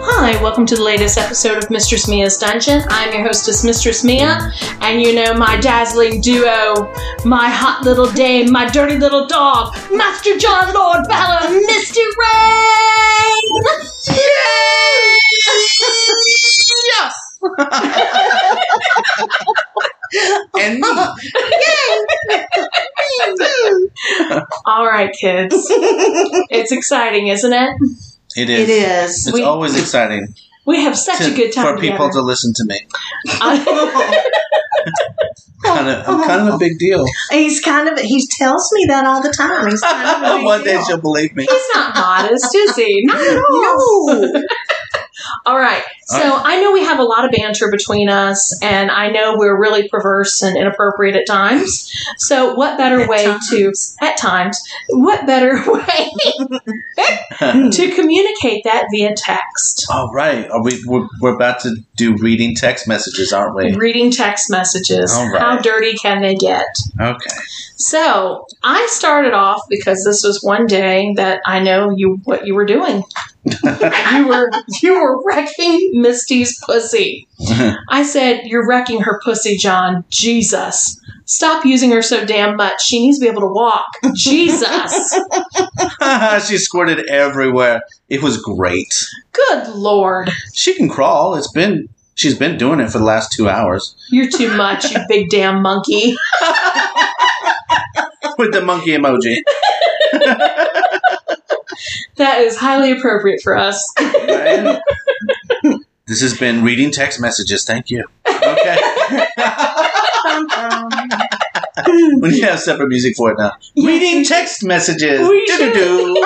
Hi, welcome to the latest episode of Mistress Mia's Dungeon. I'm your hostess, Mistress Mia, and you know my dazzling duo, my hot little dame, my dirty little dog, Master John Lord Balor, Misty Ray! yes! and me. All right, kids. it's exciting, isn't it? It It is. is. It's We- always exciting We have such to- a good time for people to together. listen to me. Oh, Kind of, I'm kind of a big deal. he's kind of. He tells me that all the time. He's kind of. A big One day deal. she'll believe me. He's not modest, is he? Not at all. No. All right. So All right. I know we have a lot of banter between us, and I know we're really perverse and inappropriate at times. So, what better At way times. to, at times, what better way Hmm. to communicate that via text? All right, are we? We're, we're about to do reading text messages, aren't we? Reading text messages. All right. How dirty can they get? Okay. So I started off because this was one day that I know you what you were doing. you were you were wrecking Misty's pussy. I said, You're wrecking her pussy, John. Jesus. Stop using her so damn much. She needs to be able to walk. Jesus. she squirted everywhere. It was great. Good Lord. She can crawl. It's been. She's been doing it for the last two hours You're too much, you big damn monkey. with the monkey emoji. That is highly appropriate for us. Right? this has been reading text messages. Thank you. Okay. we need to have separate music for it now. Reading text messages. We Do-do-do.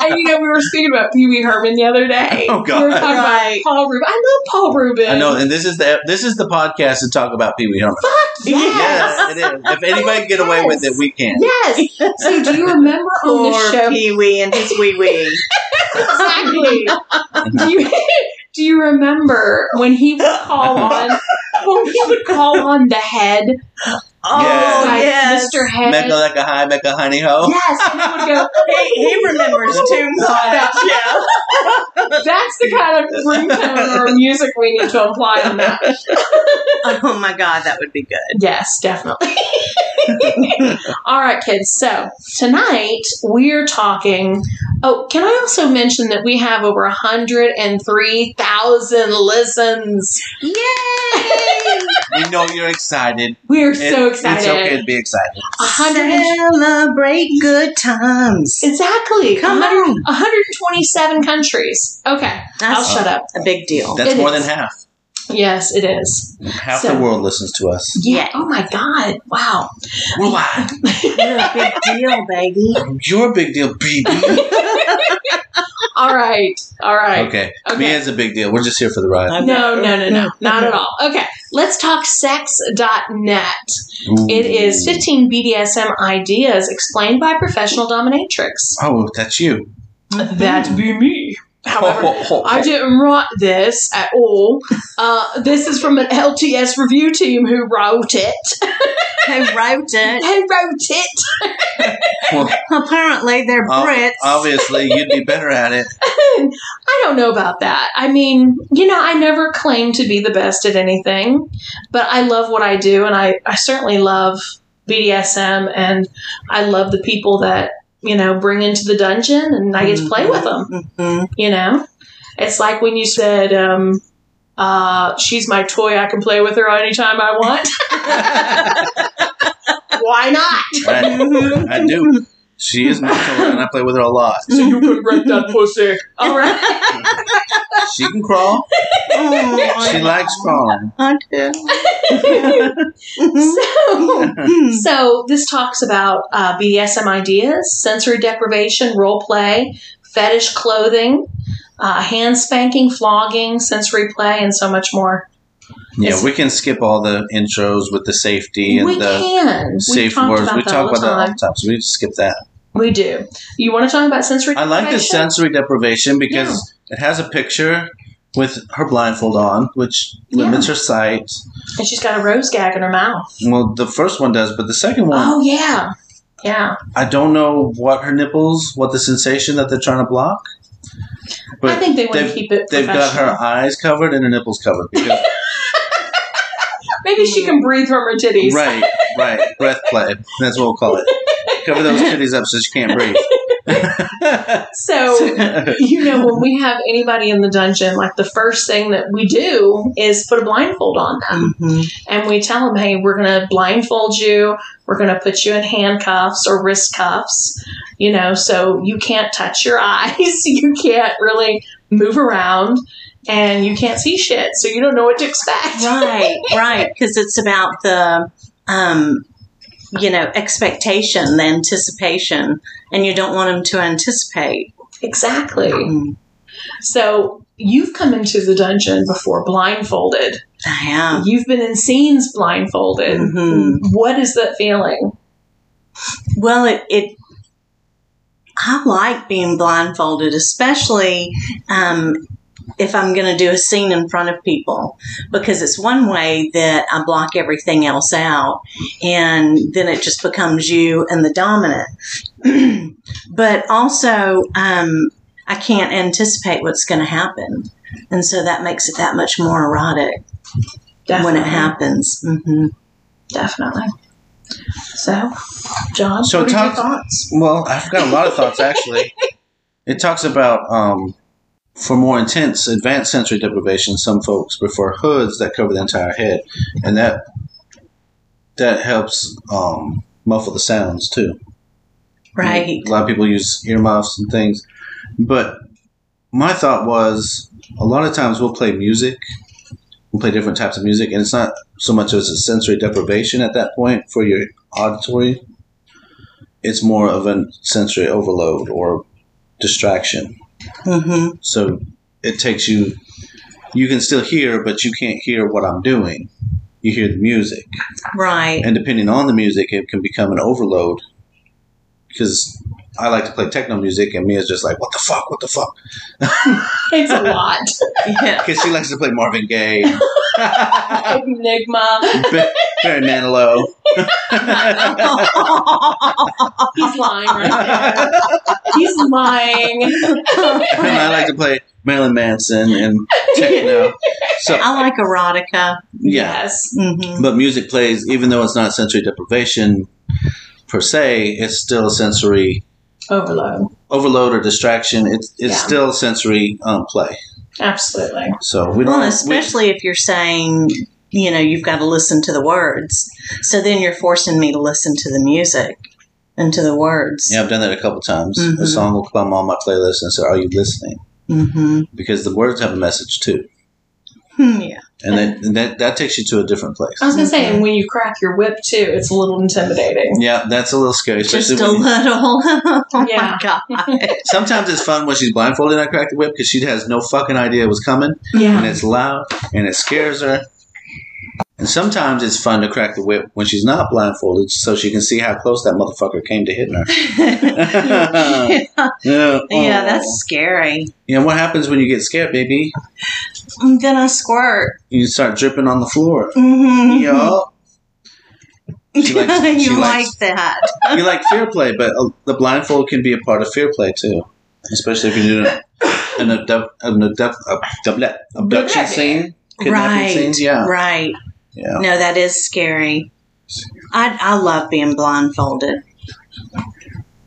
And you know, we were speaking about Pee Wee Herman the other day. Oh, God. We were talking Right. about Paul Rubin. I love Paul Rubin. I know, and this is the this is the podcast to talk about Pee Wee Herman. Yes. Yes, it is. If anybody can get away with it, we can. Yes. So do you remember on the Poor show? Pee Wee and his wee wee. Exactly. do you do you remember when he would call on when he would call on the head? Oh Yes. like, yes, Mr. Head. Mecca like a high, Mecca honey ho. Yes, and he would He, he remembers too much. Yeah. go, that's the kind of ringtone or music we need to apply on that. Oh my god, that would be good. Yes, definitely. All right, kids. So tonight we're talking. Oh, can I also mention that we have over 103,000 listens? Yay! We know you're excited. We're It- so excited. It's okay to be excited. 100 Celebrate good times. Exactly. Come 100 on. 127 countries. Okay, I'll That's shut up. a big deal. That's It more is. than half. Yes, it is. Half So- the world listens to us. Yeah. Oh my God. Wow. Worldwide. You're a big deal, baby. You're a big deal, baby. All right. All right. Okay. Okay. Me is a big deal. We're just here for the ride. No, no, no, no. Not at all. Okay. Let's talk sex.net. It is 15 BDSM ideas explained by professional dominatrix. Oh, that's you. That be me. However, Ho, ho, ho. I didn't write this at all. Uh, this is from an LTS review team who wrote it. They wrote it. Who wrote it? Well, Apparently, they're ob- Brits. obviously, you'd be better at it. I don't know about that. I mean, you know, I never claim to be the best at anything, but I love what I do, and I, I certainly love BDSM, and I love the people that, you know, bring into the dungeon, and I get to play with them, Mm-hmm. Mhm. you know? It's like when you said, um, uh, she's my toy, I can play with her anytime I want. Why not? I, Mhm. I do. She is my toy, and I play with her a lot. So you can wreck that pussy. All right. She can crawl. Oh, She likes crawling. I do. so. Mhm. So this talks about uh, BDSM ideas, sensory deprivation, role play, fetish clothing, uh, hand spanking, flogging, sensory play, and so much more. Yeah, we can skip all the intros with the safety and we the can. safe talked words. about We that talk all the about that all time. the time, so we just skip that. We do. You want to talk about sensory? I like the deprivation? sensory deprivation because it has a picture with her blindfold on, which limits her sight. And she's got a rose gag in her mouth. Well, the first one does, but the second one, Oh yeah, yeah. I don't know what her nipples, what the sensation that they're trying to block. But I think they want to they've- keep it. They've got her professional. eyes covered and her nipples covered. Because, Maybe she can breathe from her titties. right, right. Breath play. That's what we'll call it. Cover those titties up so she can't breathe. So you know, when we have anybody in the dungeon, like the first thing that we do is put a blindfold on Mm. them. Mm-hmm. And we tell them, hey, we're going to blindfold you. We're going to put you in handcuffs or wrist cuffs, you know, so you can't touch your eyes. You can't really move around and you can't see shit. So you don't know what to expect. Right, right. Because it's about the, um, you know, expectation, the anticipation, and you don't want them to anticipate. Exactly. Mm, So you've come into the dungeon before blindfolded. I am. You've been in scenes blindfolded. Mhm. What is that feeling? Well, it, it I like being blindfolded, especially um, if I'm going to do a scene in front of people, because it's one way that I block everything else out, and then it just becomes you and the dominant. but also, um, I can't anticipate what's going to happen. And so that makes it that much more erotic when it happens. hmm Definitely. So, John, So what are talk- your thoughts? well, I've got a lot of thoughts actually. It talks about um, for more intense, advanced sensory deprivation, some folks prefer hoods that cover the entire head, and that that helps um, muffle the sounds too. Right. A lot of people use earmuffs and things. But my thought was a lot of times we'll play music, we'll play different types of music, and it's not so much as a sensory deprivation at that point for your auditory. It's more of a sensory overload or distraction. hmm So it takes you, you can still hear, but you can't hear what I'm doing. You hear the music Right. and depending on the music, it can become an overload. Because I like to play techno music, and Mia's just like, "What the fuck? What the fuck?" It's a lot. Yeah. Because she likes to play Marvin Gaye, and Enigma. Ba- Barry Manilow. He's lying right there. He's lying. and I like to play Marilyn Manson and techno. So I like erotica. yeah, Yes. hmm but music plays, even though it's not sensory deprivation per se, it's still a sensory Overload. overload or distraction. It's it's Yeah. still sensory um, play. Absolutely. So we don't Well, we- especially if you're saying, you know, you've got to listen to the words. So then you're forcing me to listen to the music and to the words. Yeah, I've done that a couple times. A Mhm. song will come on my playlist and say, "Are you listening?" hmm Because the words have a message too, yeah. and that and that, that takes you to a different place. I was going to Mm-hmm. say, and when you crack your whip too, it's a little intimidating. Yeah, that's a little scary. Just Especially a when, little. oh Yeah. my God. sometimes it's fun when she's blindfolded and I crack the whip because she has no fucking idea it was coming, and Yeah. it's loud and it scares her. And sometimes it's fun to crack the whip when she's not blindfolded, so she can see how close that motherfucker came to hitting her. yeah, yeah, that's scary. yeah. What happens when you get scared, baby? And Then I squirt. You start dripping on the floor. hmm Yo. She likes- she you likes- like that. you like fear play, but uh, the blindfold can be a part of fear play too, especially if you're doing an, abdu- an abdu- abdu- abduction scene, kidnapping Right. scenes. Yeah, Right. yeah. No, that is scary. I I love being blindfolded.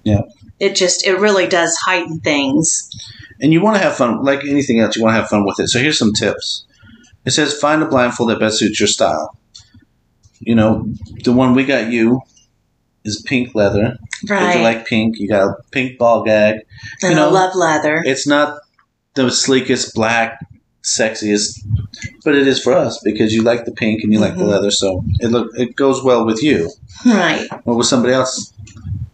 Yeah. It just it really does heighten things. And you want to have fun, like anything else. You want to have fun with it. So here's some tips. It says find a blindfold that best suits your style. You know, the one we got you is pink leather. If you Right. like pink, you got a pink ball gag. and you know- I love leather. It's not the sleekest, black, sexiest, but it is for us because you like the pink and you like the Mhm. leather, so it look it goes well with you right. or with somebody else.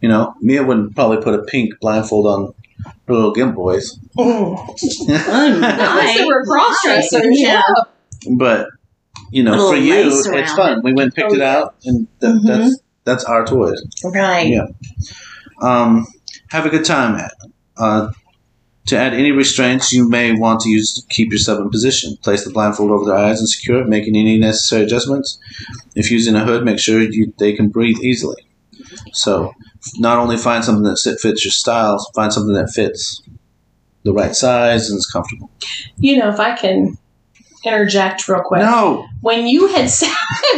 You know, Mia wouldn't probably put a pink blindfold on her little gimp boys, Mm, Unless they right. were cross dressers. Right. Yeah. but you know, Put a for little you, lace around it's fun. We went and picked Oh, it yeah. out, and th- Mhm. that's that's our toys. Right. Yeah. Um, have a good time. Uh, to add any restraints you may want to use to keep yourself in position, place the blindfold over their eyes and secure it, making any necessary adjustments. If using a hood, make sure you, they can breathe easily. So, not only find something that sit- fits your style, find something that fits. the right size and it's comfortable. You know, if I can interject real quick. No, when you had said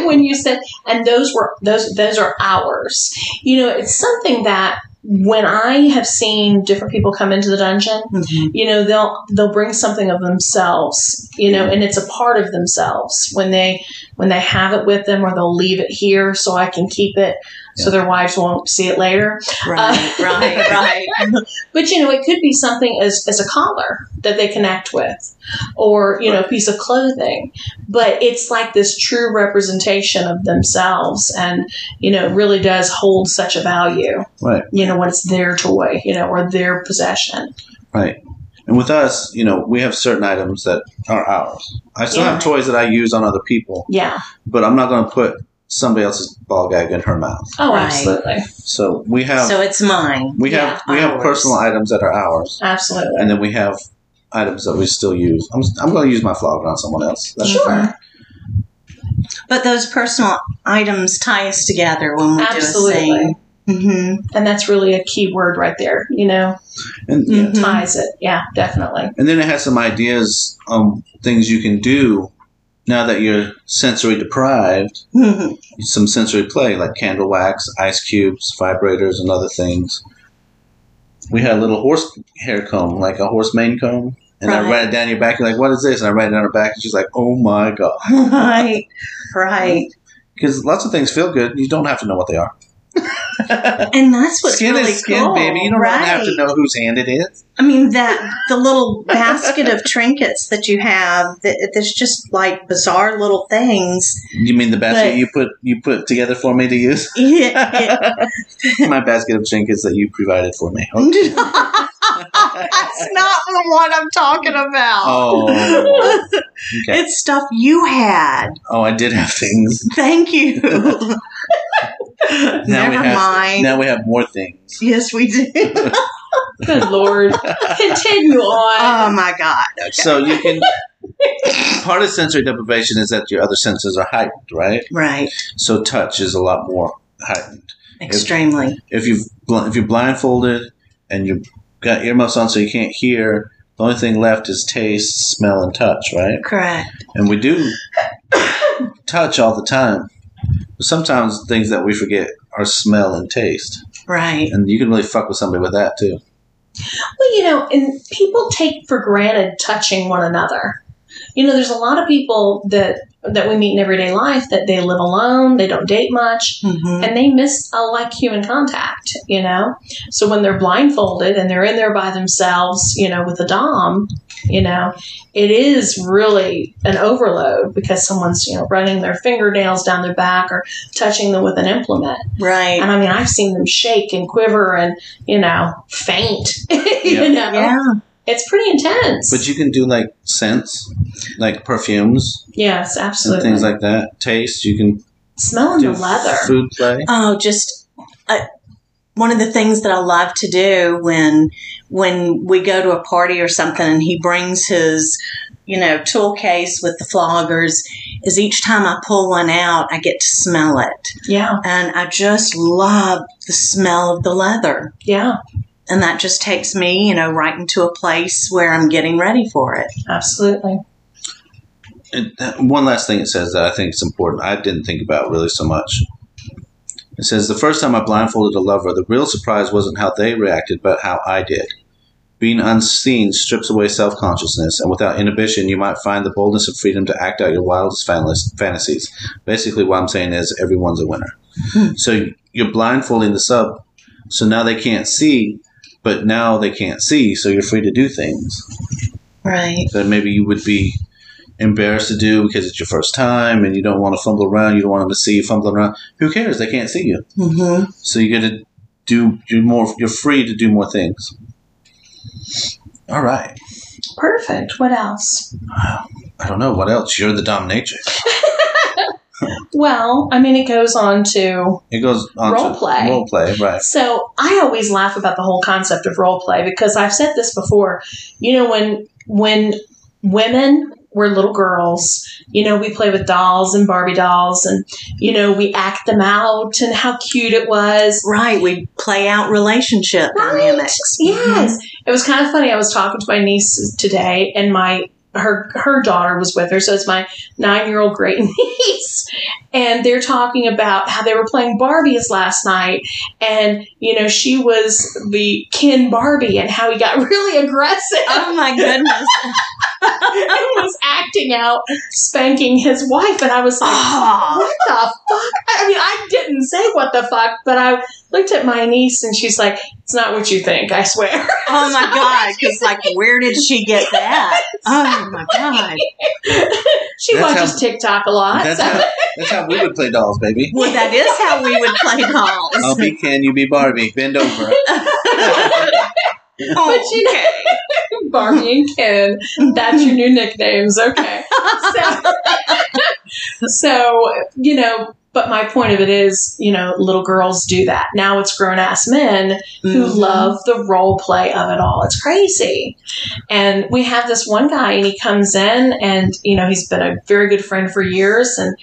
when you said and those were those those are ours you know it's something that when i have seen different people come into the dungeon Mhm. you know they'll they'll bring something of themselves you know and it's a part of themselves when they when they have it with them or they'll leave it here so i can keep it so their wives won't see it later Right, right, right. but you know it could be something as as a collar that they connect with or you know a piece of clothing but it's like this true representation of themselves and you know it really does hold such a value right, you know when it's their toy you know or their possession right. And with us, you know, we have certain items that are ours. I still Yeah. have toys that I use on other people, yeah but I'm not going to put somebody else's ball gag in her mouth. oh Right. absolutely So we have So it's mine. we have yeah, we have ours. personal items that are ours, absolutely and then we have items that we still use. I'm, I'm going to use my flogger on someone else. Mm-hmm. That's Sure. fine. But those personal items tie us together when we absolutely do a scene. and that's really a key word right there you know And Mhm. Mhm. ties it yeah definitely and then it has some ideas on things you can do now that you're sensory deprived. Mhm. Some sensory play like candle wax, ice cubes, vibrators, and other things. We had a little horse hair comb, like a horse mane comb, and I Right. ran it down your back. You're like, "What is this?" And I ran it down her back, and she's like, "Oh my god!" right, right. Because lots of things feel good. You don't have to know what they are. And that's what's skin really is skin, cool. baby. You don't oh, right. want to have to know whose hand it is. I mean that the little basket of trinkets that you have that there's just like bizarre little things. You mean the basket But- you put you put together for me to use? Yeah, My basket of trinkets that you provided for me. Oh. Okay. yeah. That's not the one I'm talking about. Oh. Okay. It's stuff you had. Oh, I did have things. Thank you. Never Now we have mind. now we have more things. Yes, we do. good lord continue on Oh my god. So you can part of sensory deprivation is that your other senses are heightened, right? Right. So touch is a lot more heightened. Extremely. If you have if you're blindfolded and you've got earmuffs on so you can't hear, the only thing left is taste, smell, and touch, right? Correct. And we do touch all the time. But sometimes things that we forget are smell and taste. Right. And you can really fuck with somebody with that too. Well, you know, and people take for granted touching one another. You know, there's a lot of people that that we meet in everyday life that they live alone, they don't date much, hmm and they miss a like human contact. You know, so when they're blindfolded and they're in there by themselves, you know, with a dom, you know, it is really an overload because someone's you know running their fingernails down their back or touching them with an implement. Right. And I mean, I've seen them shake and quiver and you know faint. Yeah. you know yeah. it's pretty intense. But you can do like scents, like perfumes yes, and absolutely. things like that. Taste, you can Smelling do the leather. food play. Oh, just uh, one of the things that I love to do when when we go to a party or something, and he brings his you know tool case with the floggers. Is each time I pull one out, I get to smell it, Yeah, and I just love the smell of the leather. yeah, And that just takes me, you know, right into a place where I'm getting ready for it. absolutely. And that- one last thing it says that I think is important. I didn't think about really so much. It says the first time I blindfolded a lover, the real surprise wasn't how they reacted, but how I did. Being unseen strips away self consciousness, and without inhibition, you might find the boldness of freedom to act out your wildest fantas- fantasies. Basically, what I'm saying is everyone's a winner. Hmm. So you're blindfolding the sub, so now they can't see, but now they can't see, so you're free to do things Right. that maybe you would be embarrassed to do because it's your first time and you don't want to fumble around. You don't want them to see you fumbling around. Who cares? They can't see you. hmm So you got to do you more. You're free to do more things. All right. Perfect. What else? I don't know what else. You're the dominatrix. Well, I mean, it goes on to. It goes on Role to play. Role play, right? So I always laugh about the whole concept of role play because I've said this before. You know, when when women were little girls, you know, we play with dolls and Barbie dolls, and you know, we act them out and how cute it was. Right. We play out relationship Right. dynamics. Yes. Mm-hmm. It was kind of funny. I was talking to my niece today, and my her her daughter was with her, so it's my nine year old great niece, and they're talking about how they were playing Barbies last night, and you know she was the Ken Barbie, and how he got really aggressive Oh my goodness. and was acting out spanking his wife, and I was like, oh, what the fuck? I mean, I didn't say what the fuck, but I looked at my niece and she's like, it's not what you think, I swear. oh my God. Because, like, where did she get that? Oh my God. she That's watches how- TikTok a lot. That's so- how, that's how we would play dolls, baby. Well, that is how we would play dolls. I'll be Ken, you be Barbie. Bend over. Oh, But you Barbie and Ken, that's your new nicknames. Okay. So, so, you know, but my point of it is, you know, little girls do that. Now it's grown ass men who Mhm. love the role play of it all. It's crazy. And we have this one guy, and he comes in, and you know, he's been a very good friend for years, and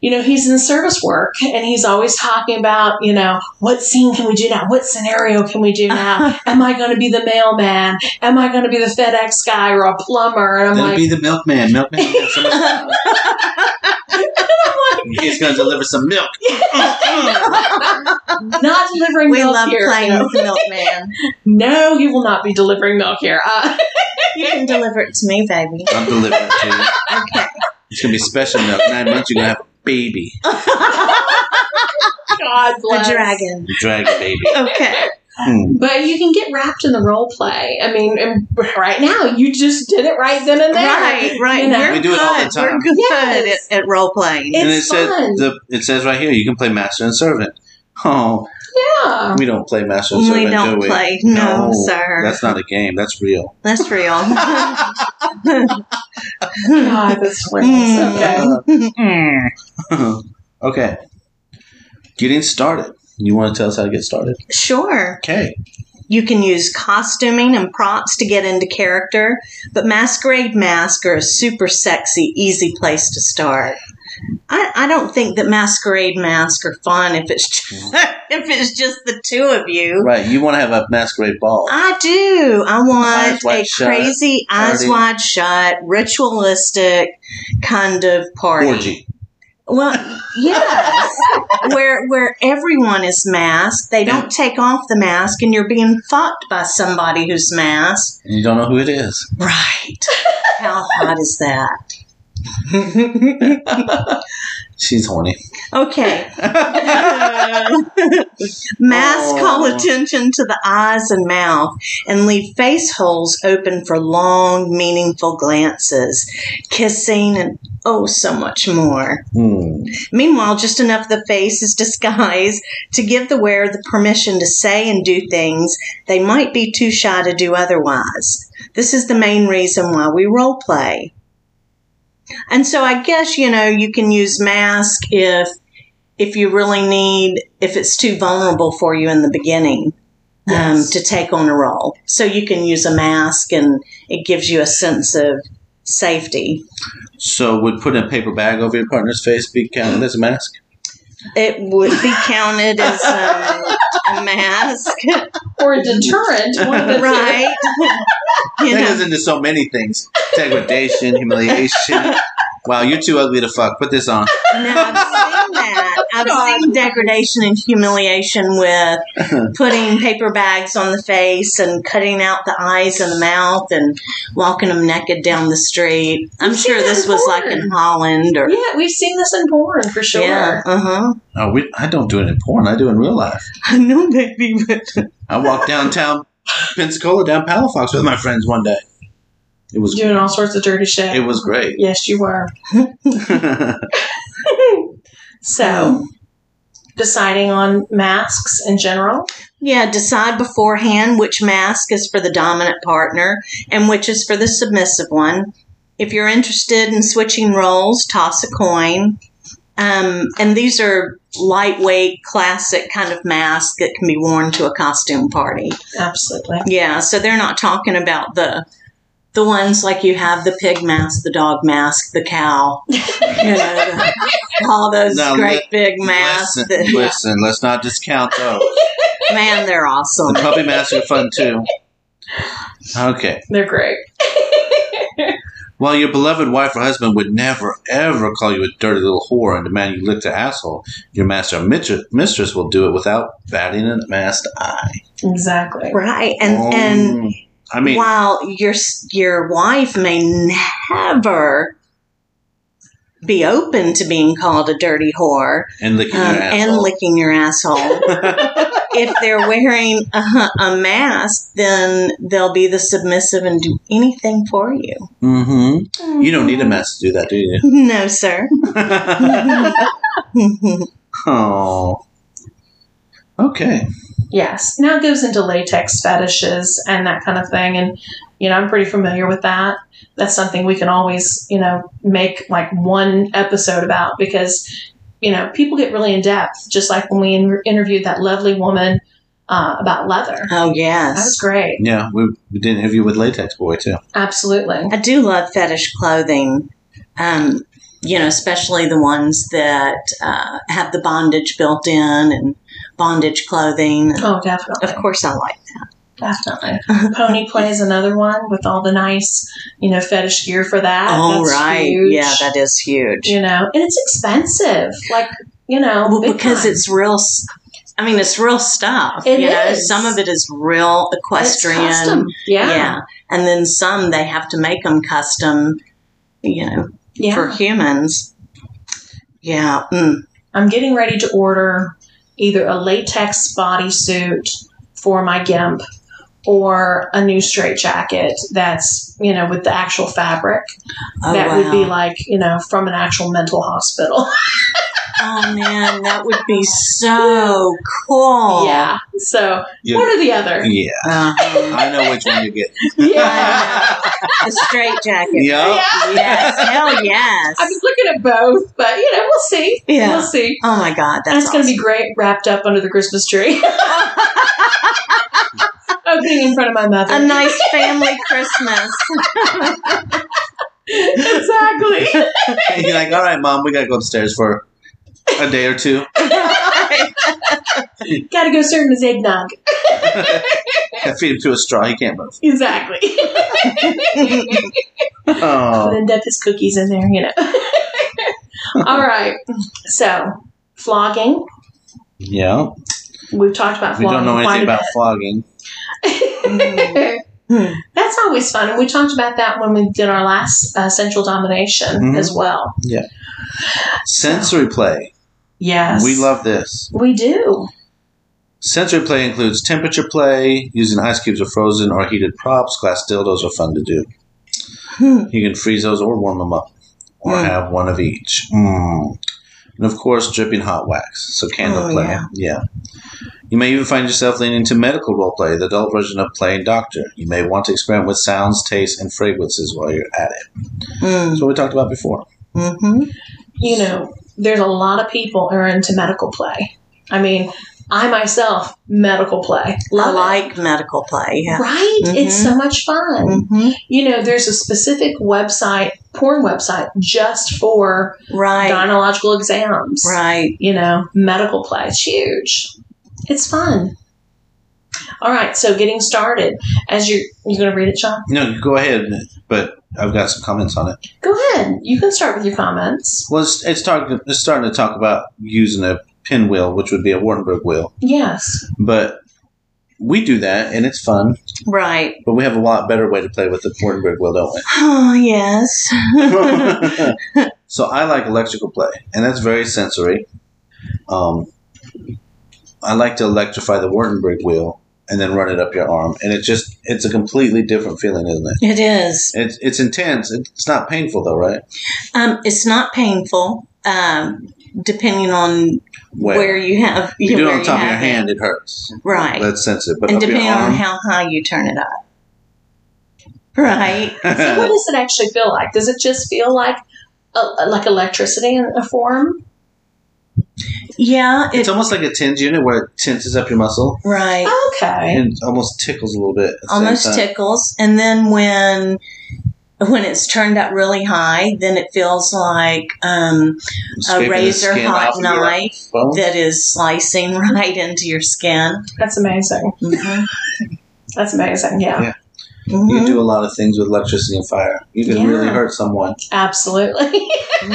you know, he's in service work, and he's always talking about, you know, what scene can we do now? What scenario can we do now? Am I going to be the mailman? Am I going to be the FedEx guy or a plumber? And I'm That'll like, be the milkman. Milkman. yeah, someone- He's going to deliver some milk. "Oh, not delivering We milk love here. playing No. with the milkman. No, he will not be delivering milk here. Uh, You can deliver it to me, baby. I'm delivering it to you. Okay. It's going to be special milk. Nine months, you're going to have a baby. God bless. A dragon. A dragon baby. Okay. Hmm. But you can get wrapped in the role play. I mean, and right now, you just did it right then and there. Right, right. You know. We're We do it all the good. time. We're good Yes. at, at role playing. It's and it says fun. the, it says right here you can play master and servant. Oh, Yeah. we don't play master and We servant, don't do we? play. No, sir. That's not a game. That's real. That's real. God, that's hilarious. Hmm. Mm. Okay. okay. Getting started. You want to tell us how to get started? sure. Okay. You can use costuming and props to get into character, but masquerade masks are a super sexy, easy place to start. I, I don't think that masquerade masks are fun if it's just, if it's just the two of you. Right. You want to have a masquerade ball. I do. I Eyes want wide a shut crazy, eyes party. wide shut, ritualistic kind of party. Orgy. Well, yes, where where everyone is masked, they don't take off the mask, and you're being fucked by somebody who's masked. You don't know who it is. Right? How hot is that? She's horny. okay. Masks Oh. call attention to the eyes and mouth and leave face holes open for long, meaningful glances, kissing, and oh, so much more. Hmm. Meanwhile, just enough of the face is disguised to give the wearer the permission to say and do things they might be too shy to do otherwise. This is the main reason why we role play. And so I guess, you know, you can use mask if if you really need if it's too vulnerable for you in the beginning. Um, Yes. to take on a role. So you can use a mask and it gives you a sense of safety. So would putting a paper bag over your partner's face be counted as a mask? It would be counted as um, a mask, Or a deterrent. One of the two. right? you that know, goes into so many things: degradation, humiliation. Wow, you're too ugly to fuck. Put this on. now I've seen that. I've seen degradation and humiliation with putting paper bags on the face and cutting out the eyes and the mouth and walking them naked down the street. I'm We've sure seen this that was like before. in Holland or Yeah, we've seen this in porn for sure. yeah, uh huh. Oh, we, I don't do it in porn. I do it in real life. I know, baby, but I walked downtown Pensacola, down Palafox, with my friends one day. It was Doing all sorts of dirty shit. it was great. yes, you were. So, deciding on masks in general. Yeah, decide beforehand which mask is for the dominant partner and which is for the submissive one. If you're interested in switching roles, toss a coin. Um, and these are lightweight, classic kind of masks that can be worn to a costume party. Absolutely. Yeah, so they're not talking about the the ones like you have the pig mask, the dog mask, the cow, you know, the- all those Now, great let- big masks. listen, that- listen, let's not discount those. man, they're awesome. The puppy masks are fun too. Okay. They're great. While your beloved wife or husband would never, ever call you a dirty little whore and demand you lick their asshole, your master or mitr- mistress will do it without batting an last eye. Exactly. Right. And Um, and I mean, while your s- your wife may never be open to being called a dirty whore and licking um, their and asshole. licking your asshole, if they're wearing a, a mask, then they'll be the submissive and do anything for you. hmm You don't need a mask to do that, do you? No, sir. oh. Okay. Yes. Now it goes into latex fetishes and that kind of thing. And, you know, I'm pretty familiar with that. That's something we can always, you know, make like one episode about because, you know, people get really in depth, just like when we in- interviewed that lovely woman uh, about leather. oh That was yes, great. Yeah, we, we did an interview with Latex Boy, too. Absolutely. I do love fetish clothing. Um, you know, especially the ones that uh, have the bondage built in and bondage clothing. Oh, Of definitely. course, I like. Definitely. Pony Play is another one with all the nice, you know, fetish gear for that. All That's right, huge. yeah, that is huge. you know, and it's expensive. Like, you know, Well, big because time. it's real. s- I mean, it's real stuff. It you know, is. some of it is real equestrian. It's custom. Yeah. Yeah. yeah, and then some they have to make them custom. You know, for humans. Yeah. Mm. I'm getting ready to order either a latex bodysuit for my GIMP or a new straight jacket that's, you know, with the actual fabric Oh, that wow. would be like, you know, from an actual mental hospital. oh man, that would be so cool. yeah. So Yeah. one or the other. Yeah. Uh-huh. I know which one you get. Yeah. A straight jacket. Yeah. Yes. Hell yes. I was looking at both, but you know, we'll see. Yeah. We'll see. oh my god, And that's it's going to be great wrapped up under the Christmas tree. Opening in front of my mother. awesome. a nice family Christmas. exactly. And you're like, all right, mom, we got to go upstairs for a day or two. Gotta go serve him his eggnog. I feed him to a straw. He can't move. Exactly. Oh. Then dip his cookies in there, you know. All right. So, flogging. Yeah. We've talked about We flogging. don't know quite anything a about flogging. Mm. bit. Hmm. That's always fun. And we talked about that when we did our last uh, Central Domination Mhm. as well. Sensory play. Yes. We love this. We do. Sensory play includes temperature play, using ice cubes of frozen or heated props. Glass dildos are fun to do. Hmm. You can freeze those or warm them up, or Mm. have one of each. Mm. And of course, dripping hot wax. So candle Oh, play. yeah. yeah. You may even find yourself leaning to medical role play, the adult version of playing doctor. You may want to experiment with sounds, tastes, and fragrances while you're at it. Mm. That's what we talked about before. Mhm. You know, there's a lot of people who are into medical play. I mean, I myself, medical play. I Love it. like medical play. Yeah. Right? It's Mhm. so much fun. hmm you know, there's a specific website, porn website, just for Right. gynecological exams. Right. You know, medical play. It's huge. It's fun. All right, so getting started. As you're, you're going to read it, John? No, you go ahead, but I've got some comments on it. Go ahead. You can start with your comments. Well, it's, it's, talk, it's starting to talk about using a pinwheel, which would be a Wartenberg wheel, Yes. but we do that and it's fun. Right. But we have a lot better way to play with the Wartenberg wheel, don't Oh yes. we? so I like electrical play, and that's very sensory. Um, I like to electrify the Wartenberg wheel and then run it up your arm, and it just it's a completely different feeling, isn't it? it is. It's it's intense. It's not painful though, right? Um, it's not painful, um, depending on where, you have. you do it where on top of have your it. hand, it hurts. right? That's sensitive, but and up your depending on arm, how high you turn it up, right? So, what does it actually feel like? Does it just feel like uh, like electricity in a form? Yeah, it's it, almost like a tens unit where it tenses up your muscle right. Okay. and almost tickles a little bit. at the same Almost time. tickles, and then when when it's turned up really high, then it feels like um, Scraping a the razor skin hot off of your knife bone. that is slicing right into your skin. That's amazing. Mhm. That's amazing. Yeah. Yeah. You can do a lot of things with electricity and fire. You can Mm-hmm. Yeah. really hurt someone. Absolutely.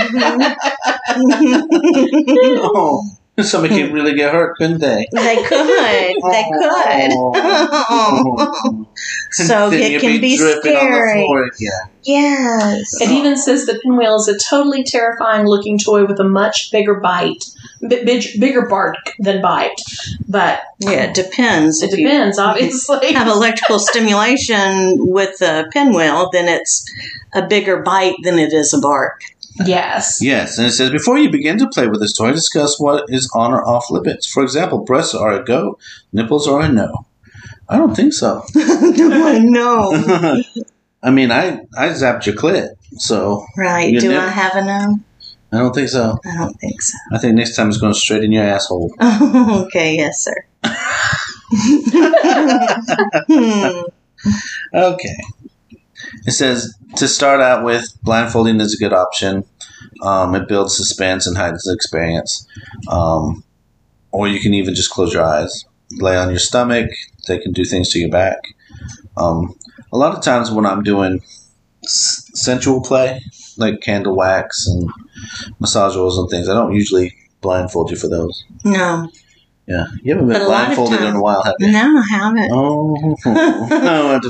Mm-hmm. Oh, somebody can really get hurt, couldn't they? they could. They could. Oh. so Then it you'd can be dripping on the scary. floor again. Yes. It even says the pinwheel is a totally terrifying looking toy with a much bigger bite, b- big, bigger bark than bite. But Yeah, it depends. it If you depends, obviously. have electrical stimulation with a pinwheel, then it's a bigger bite than it is a bark. yes. Yes, and it says before you begin to play with this toy, discuss what is on or off limits. For example, breasts are a go, nipples are a no. I don't think so. no, no. I mean, I I zapped your clit, so Right. You Do never- I have a no? I don't think so. I don't think so. I think next time it's going straight in your asshole. okay, yes, sir. Hmm. Okay. It says to start out with, blindfolding is a good option. Um, it builds suspense and heightens the experience. Um, or you can even just close your eyes, lay on your stomach. They can do things to your back. Um, a lot of times when I'm doing s- sensual play, like candle wax and massage oils and things, I don't usually blindfold you for those. No, Yeah, you haven't been But a lot of blindfolded in times- a while, have you? no, I haven't. Oh, I want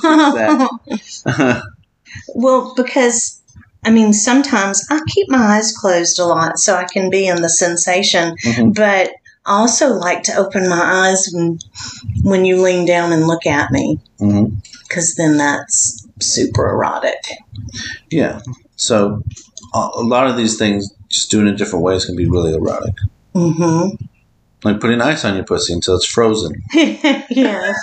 to fix that. well, because I mean, sometimes I keep my eyes closed a lot so I can be in the sensation, Mhm. but I also like to open my eyes when, when you lean down and look at me Mhm. because then that's super erotic. Yeah. So a a lot of these things, just doing it different ways, can be really erotic. Mm-hmm. Like putting ice on your pussy until it's frozen. yes.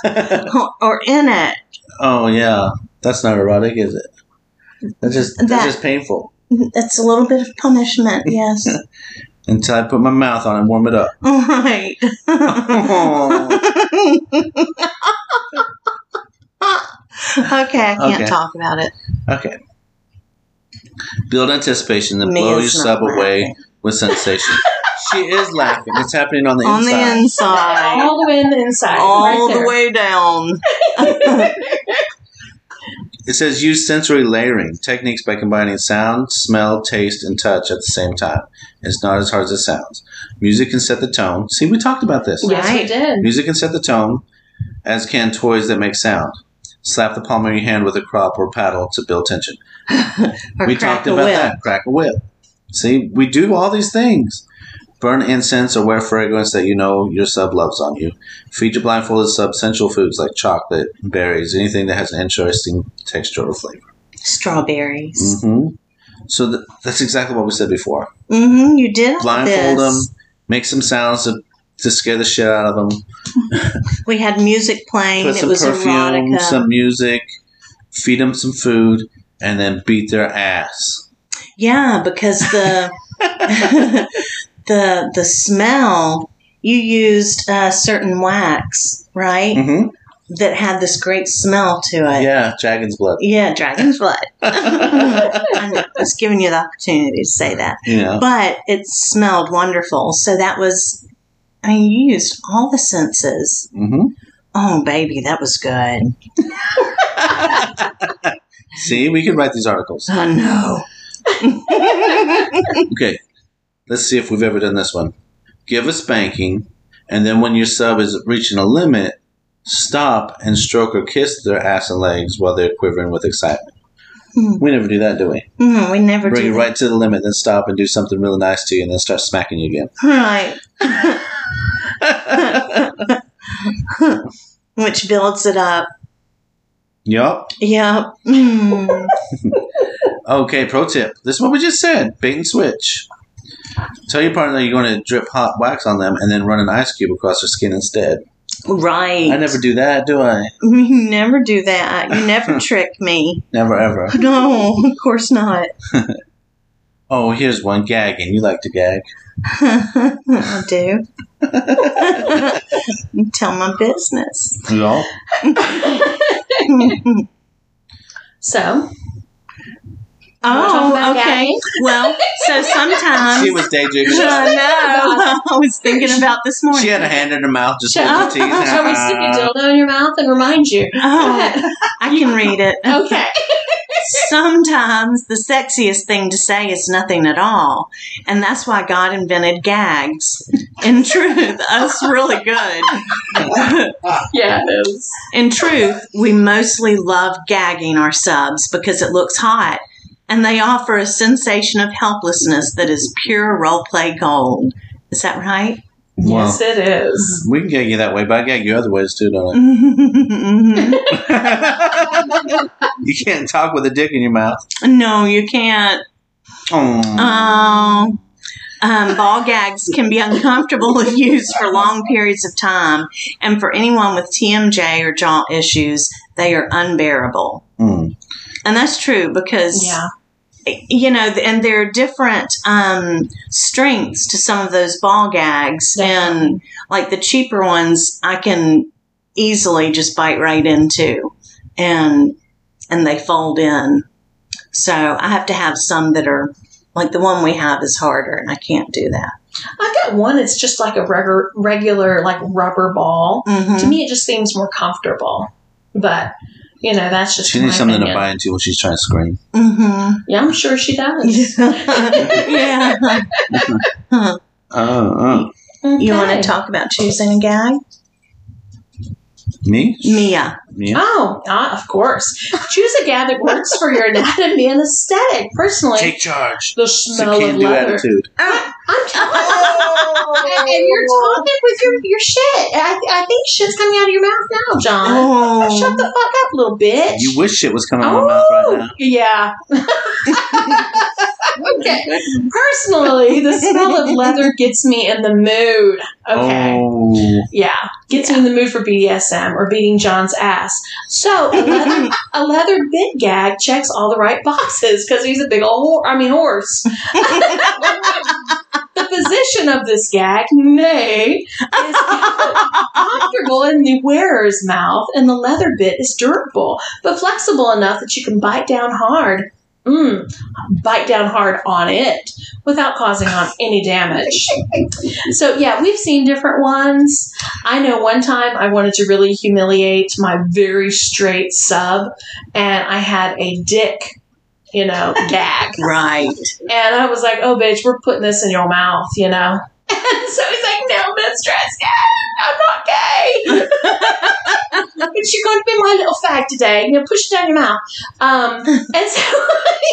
Or- or in it. oh yeah, that's not erotic, is it? That's just that's That- just painful. It's a little bit of punishment, yes. Until I put my mouth on it and warm it up. right. Oh. Okay, I can't Okay. talk about it. okay. Build anticipation, then Me blow is your not sub away laughing. with sensation. she is laughing. It's happening on the on inside. the inside, All the way in the inside. all right the there. way down. It says use sensory layering techniques by combining sound, smell, taste, and touch at the same time. It's not as hard as it sounds. Music can set the tone. See, we talked about this. Yes, we Right. did. Music can set the tone, as can toys that make sound. Slap the palm of your hand with a crop or paddle to build tension. Or we crack talked the about whip. that. Crack a whip. See, we do all these things. Burn incense or wear fragrance that you know your sub loves on you. Feed your blindfolded sub sensual foods like chocolate, berries, anything that has an interesting texture or flavor. Strawberries. hmm So th- that's exactly what we said before. Mm-hmm. you did all Blindfold this. them, make some sounds to, to scare the shit out of them, We had music playing. put It some was perfume, erotica. some music, feed them some food, and then beat their ass. Yeah, because the the the smell. You used uh, certain wax, right? Mm-hmm. That had this great smell to it. Yeah, dragon's blood. Yeah, dragon's blood. yeah. I know, it's giving you the opportunity to say that. Oh. But it smelled wonderful. So that was, I mean, you used all the senses. hmm Oh, baby, that was good. See, we can write these articles. I know. Okay, let's see if we've ever done this one. Give a spanking, and then when your sub is reaching a limit, stop and stroke or kiss their ass and legs while they're quivering with excitement. Hmm. We never do that, do we? Mm, we never Bring do it that. right to the limit, then stop and do something really nice to you, and then start smacking you again. Right. Which builds it up. Yup. Yep. Mm. Okay, pro tip. This is what we just said bait and switch. Tell your partner you're going to drip hot wax on them and then run an ice cube across their skin instead. Right. I never do that, do I? You never do that. You never trick me. Never, ever. No, of course not. Oh, here's one gagging. You like to gag. I do. Tell my business. Yup. oh, So, talking Oh, okay. about gagging? Well, so Um, sometimes She was daydreaming. I know. I was thinking about this morning. She had a hand in her mouth, just shall, holding teeth. shall we stick a dildo in your mouth and remind you? Oh, I I can read it. Okay. Sometimes the sexiest thing to say is nothing at all. And that's why God invented gags. In truth, that's really good. Yeah, it is. In truth, we mostly love gagging our subs because it looks hot. And they offer a sensation of helplessness that is pure role play gold. Is that right? Wow. Yes, it is. We can gag you that way, but I gag you other ways too, don't Mhm. I? you can't talk with a dick in your mouth. no, you can't. Um, Oh. Oh. Um, ball gags can be uncomfortable if used for long periods of time, and for anyone with TMJ or jaw issues, they are unbearable. Mm. And that's true because Yeah. you know, th- and there are different um, strengths to some of those ball gags, and like the cheaper ones, I can easily just bite right into, and and they fold in. So I have to have some that are like the one we have is harder, and I can't do that. I've got one that's just like a regu- regular, like rubber ball. To Mhm. me, it just seems more comfortable. But, you know, that's just. She needs my something to opinion. buy into when she's trying to scream. Mhm. Yeah, I'm sure she does. Mm-hmm. yeah. Uh-huh. Oh, oh. You want Okay. to talk about choosing a gag, Me? Mia? Me? Oh, ah, of course. Choose a gag that works for your anatomy and aesthetic. Personally, Take charge. the It's a smell of can do leather. attitude. I'm telling you. And, Oh. and you're talking with your, your shit. I, I think shit's coming out of your mouth now, John. Oh. Shut the fuck up, little bitch. You wish it was coming out of my mouth right Oh, now. yeah. okay. Personally, the smell of leather gets me in the mood. Okay. Oh. Yeah. Gets me in the mood for BDSM or beating John's ass. So, a leather, a leather bit gag checks all the right boxes because he's a big old whore. I mean, horse. the position of this gag, nay, is comfortable in the wearer's mouth, and the leather bit is durable, but flexible enough that you can bite down hard. Mm, bite down hard on it without causing on any damage. So yeah, we've seen different ones. I know one time I wanted to really humiliate my very straight sub, and I had a dick, you know, gag. Right. And I was like, oh, bitch, we're putting this in your mouth, you know? And so he's like, no, mistress, gay. I'm not gay. but you're going to be my little fag today. You know, push it down your mouth. Um, and so, you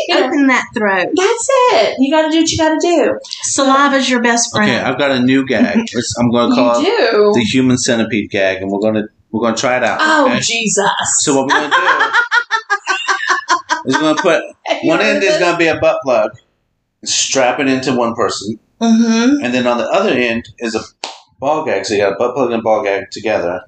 know, Open that throat. that's it. You got to do what you got to do. Saliva's your best friend. Okay, I've got a new gag. It's, I'm going to call it You the do. human centipede gag, and we're going to we're going to try it out. Oh, okay? Jesus. So what we're going to do is we're going to put one end is going to be a butt plug, strap it into one person, Mm-hmm. and then on the other end is a ball gag. So you got a butt plug and ball gag together.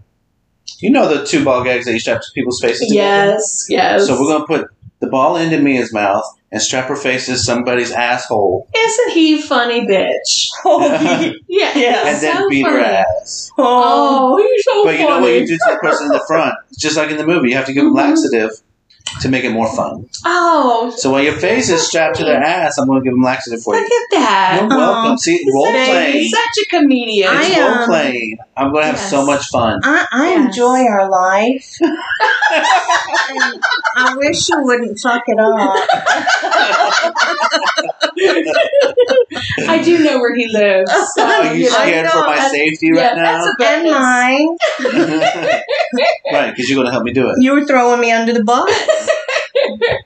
You know the two ball gags that you strap to people's faces together. Yes, yes. So we're going to put the ball end in Mia's mouth and strap her face to somebody's asshole, Isn't he funny, bitch? Oh. Yeah. Yes. and he's then so beat her funny. ass. Oh. Oh, he's so But you know what funny. you do to the person in the front? It's just like in the movie. You have to give them Mhm. laxative to make it more fun. oh, So while your face is strapped to their ass, I'm going to give them laxative for look you. at that. You're welcome. See, He's role such, play. he's such a comedian. I It's am- role playing. I'm going to have so Yes. much fun. I, I Yes. enjoy our life. And I wish you wouldn't fuck it up. I do know where he lives. So, Are you you know, scared for my I- safety yeah, right now? that's And a mine. right, because you're going to help me do it. You were throwing me under the bus.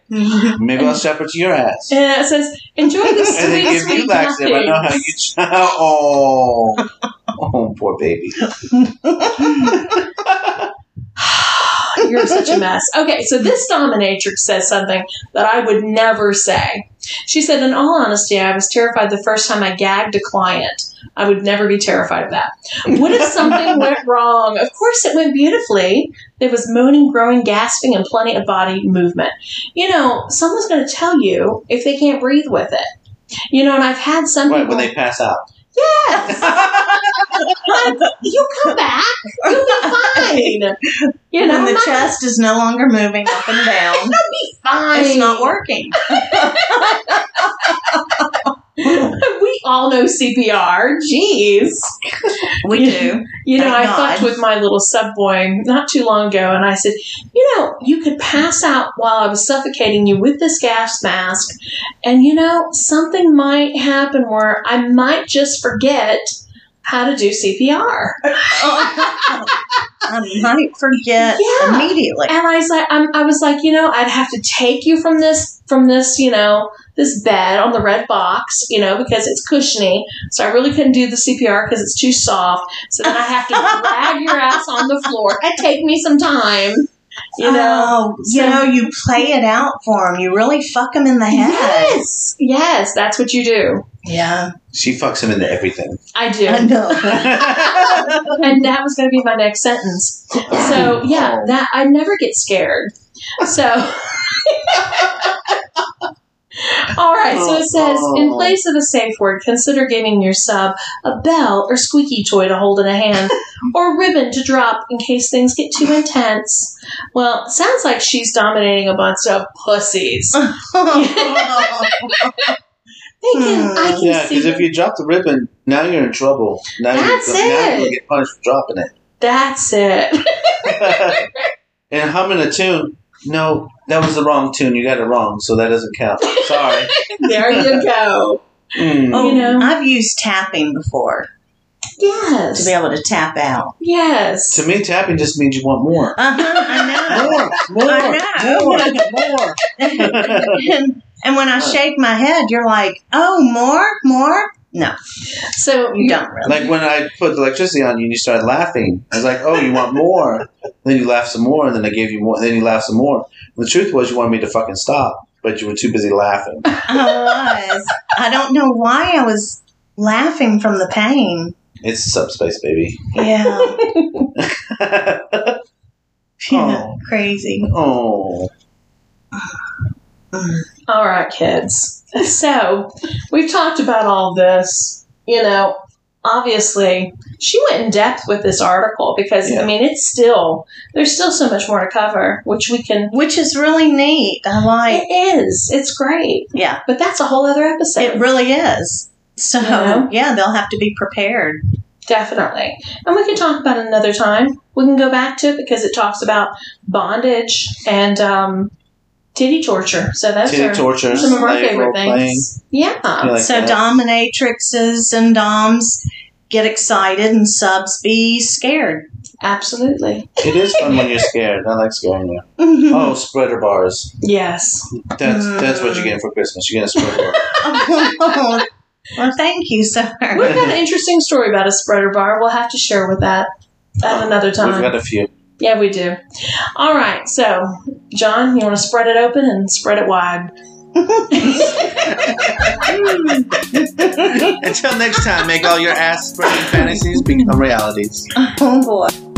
Maybe I'll strap it to your ass. And it says, enjoy the and sweet, then give sweet you laxative. I know how you. nothings." oh, oh, poor baby. You're such a mess. Okay, so this dominatrix says something that I would never say. She said, in all honesty, I was terrified the first time I gagged a client. I would never be terrified of that. What if something went wrong? Of course, it went beautifully. There was moaning, growing, gasping, and plenty of body movement. You know, someone's going to tell you if they can't breathe with it. You know, and I've had some Right people. when they pass out. you come back. You'll be fine. You know, when the I'm not- chest is no longer moving up and down, I'll be fine. it's not working. we all know CPR. Jeez. We do. You know, Thank I God. fucked with my little sub boy not too long ago, and I said, you know, you could pass out while I was suffocating you with this gas mask, and you know, something might happen where I might just forget how to do CPR. I might forget Yeah. immediately. And I was like, I'm, I was like, you know, I'd have to take you from this, from this, you know, this bed on the red box, you know, because it's cushiony. So I really couldn't do the CPR because it's too soft. So then I have to drag your ass on the floor. It'd take me some time, you know. Oh, you so- know, you play it out for them. You really fuck them in the head. Yes, yes, that's what you do. Yeah, She fucks him into everything. I do. I know. and that was going to be my next sentence. So yeah, that I never get scared. So all right. So it says in place of a safe word, consider giving your sub a bell or squeaky toy to hold in a hand, or ribbon to drop in case things get too intense. Well, it sounds like she's dominating a bunch of pussies. They can, I can yeah, see because if you drop the ribbon, now you're in trouble. Now That's you're, Now it. you're gonna get punished for dropping that's it. it. and humming a tune. No, that was the wrong tune. You got it wrong, so that doesn't count. Sorry. There you go. Mm. oh, You know. I've used tapping before to Yes. be able to tap out. Yes. To me, tapping just means you want more. Uh-huh, I know. More, more, I know. more. and, and when I shake my head, you're like, oh, more, more? No, So you don't really. Like when I put the electricity on you and you started laughing, I was like, oh, you want more? then you laughed some more, and then I gave you more, and then you laughed some more. the truth was, you wanted me to fucking stop, but you were too busy laughing. I was. I don't know why I was laughing from the pain. It's subspace, baby. Yeah. yeah. Oh. Crazy. oh. All right, kids. So we've talked about all this. You know, obviously, she went in depth with this article because, Yeah. I mean, it's still, there's still so much more to cover, which we can. Which is really neat. I like. It is. It's great. Yeah. But that's a whole other episode. It really is. So, Yeah. yeah, they'll have to be prepared. Definitely. And we can talk about it another time. We can go back to it because it talks about bondage and um, titty torture. So that's Titty our- torture, some of our slave favorite role playing. things. Yeah. You like so, that? dominatrixes and doms get excited and subs be scared. Absolutely. It is fun when you're scared. I like scaring you. Oh, spreader bars. Yes. That's that's what you get Mm. for Christmas. You get a spreader bar. Oh, well, thank you, sir. We've got an interesting story about a spreader bar. We'll have to share with that at another We've time. got a few. yeah, we do. All right. So, John, you want to spread it open and spread it wide. Mm. Until next time, make all your ass spreading fantasies become realities. Oh, boy.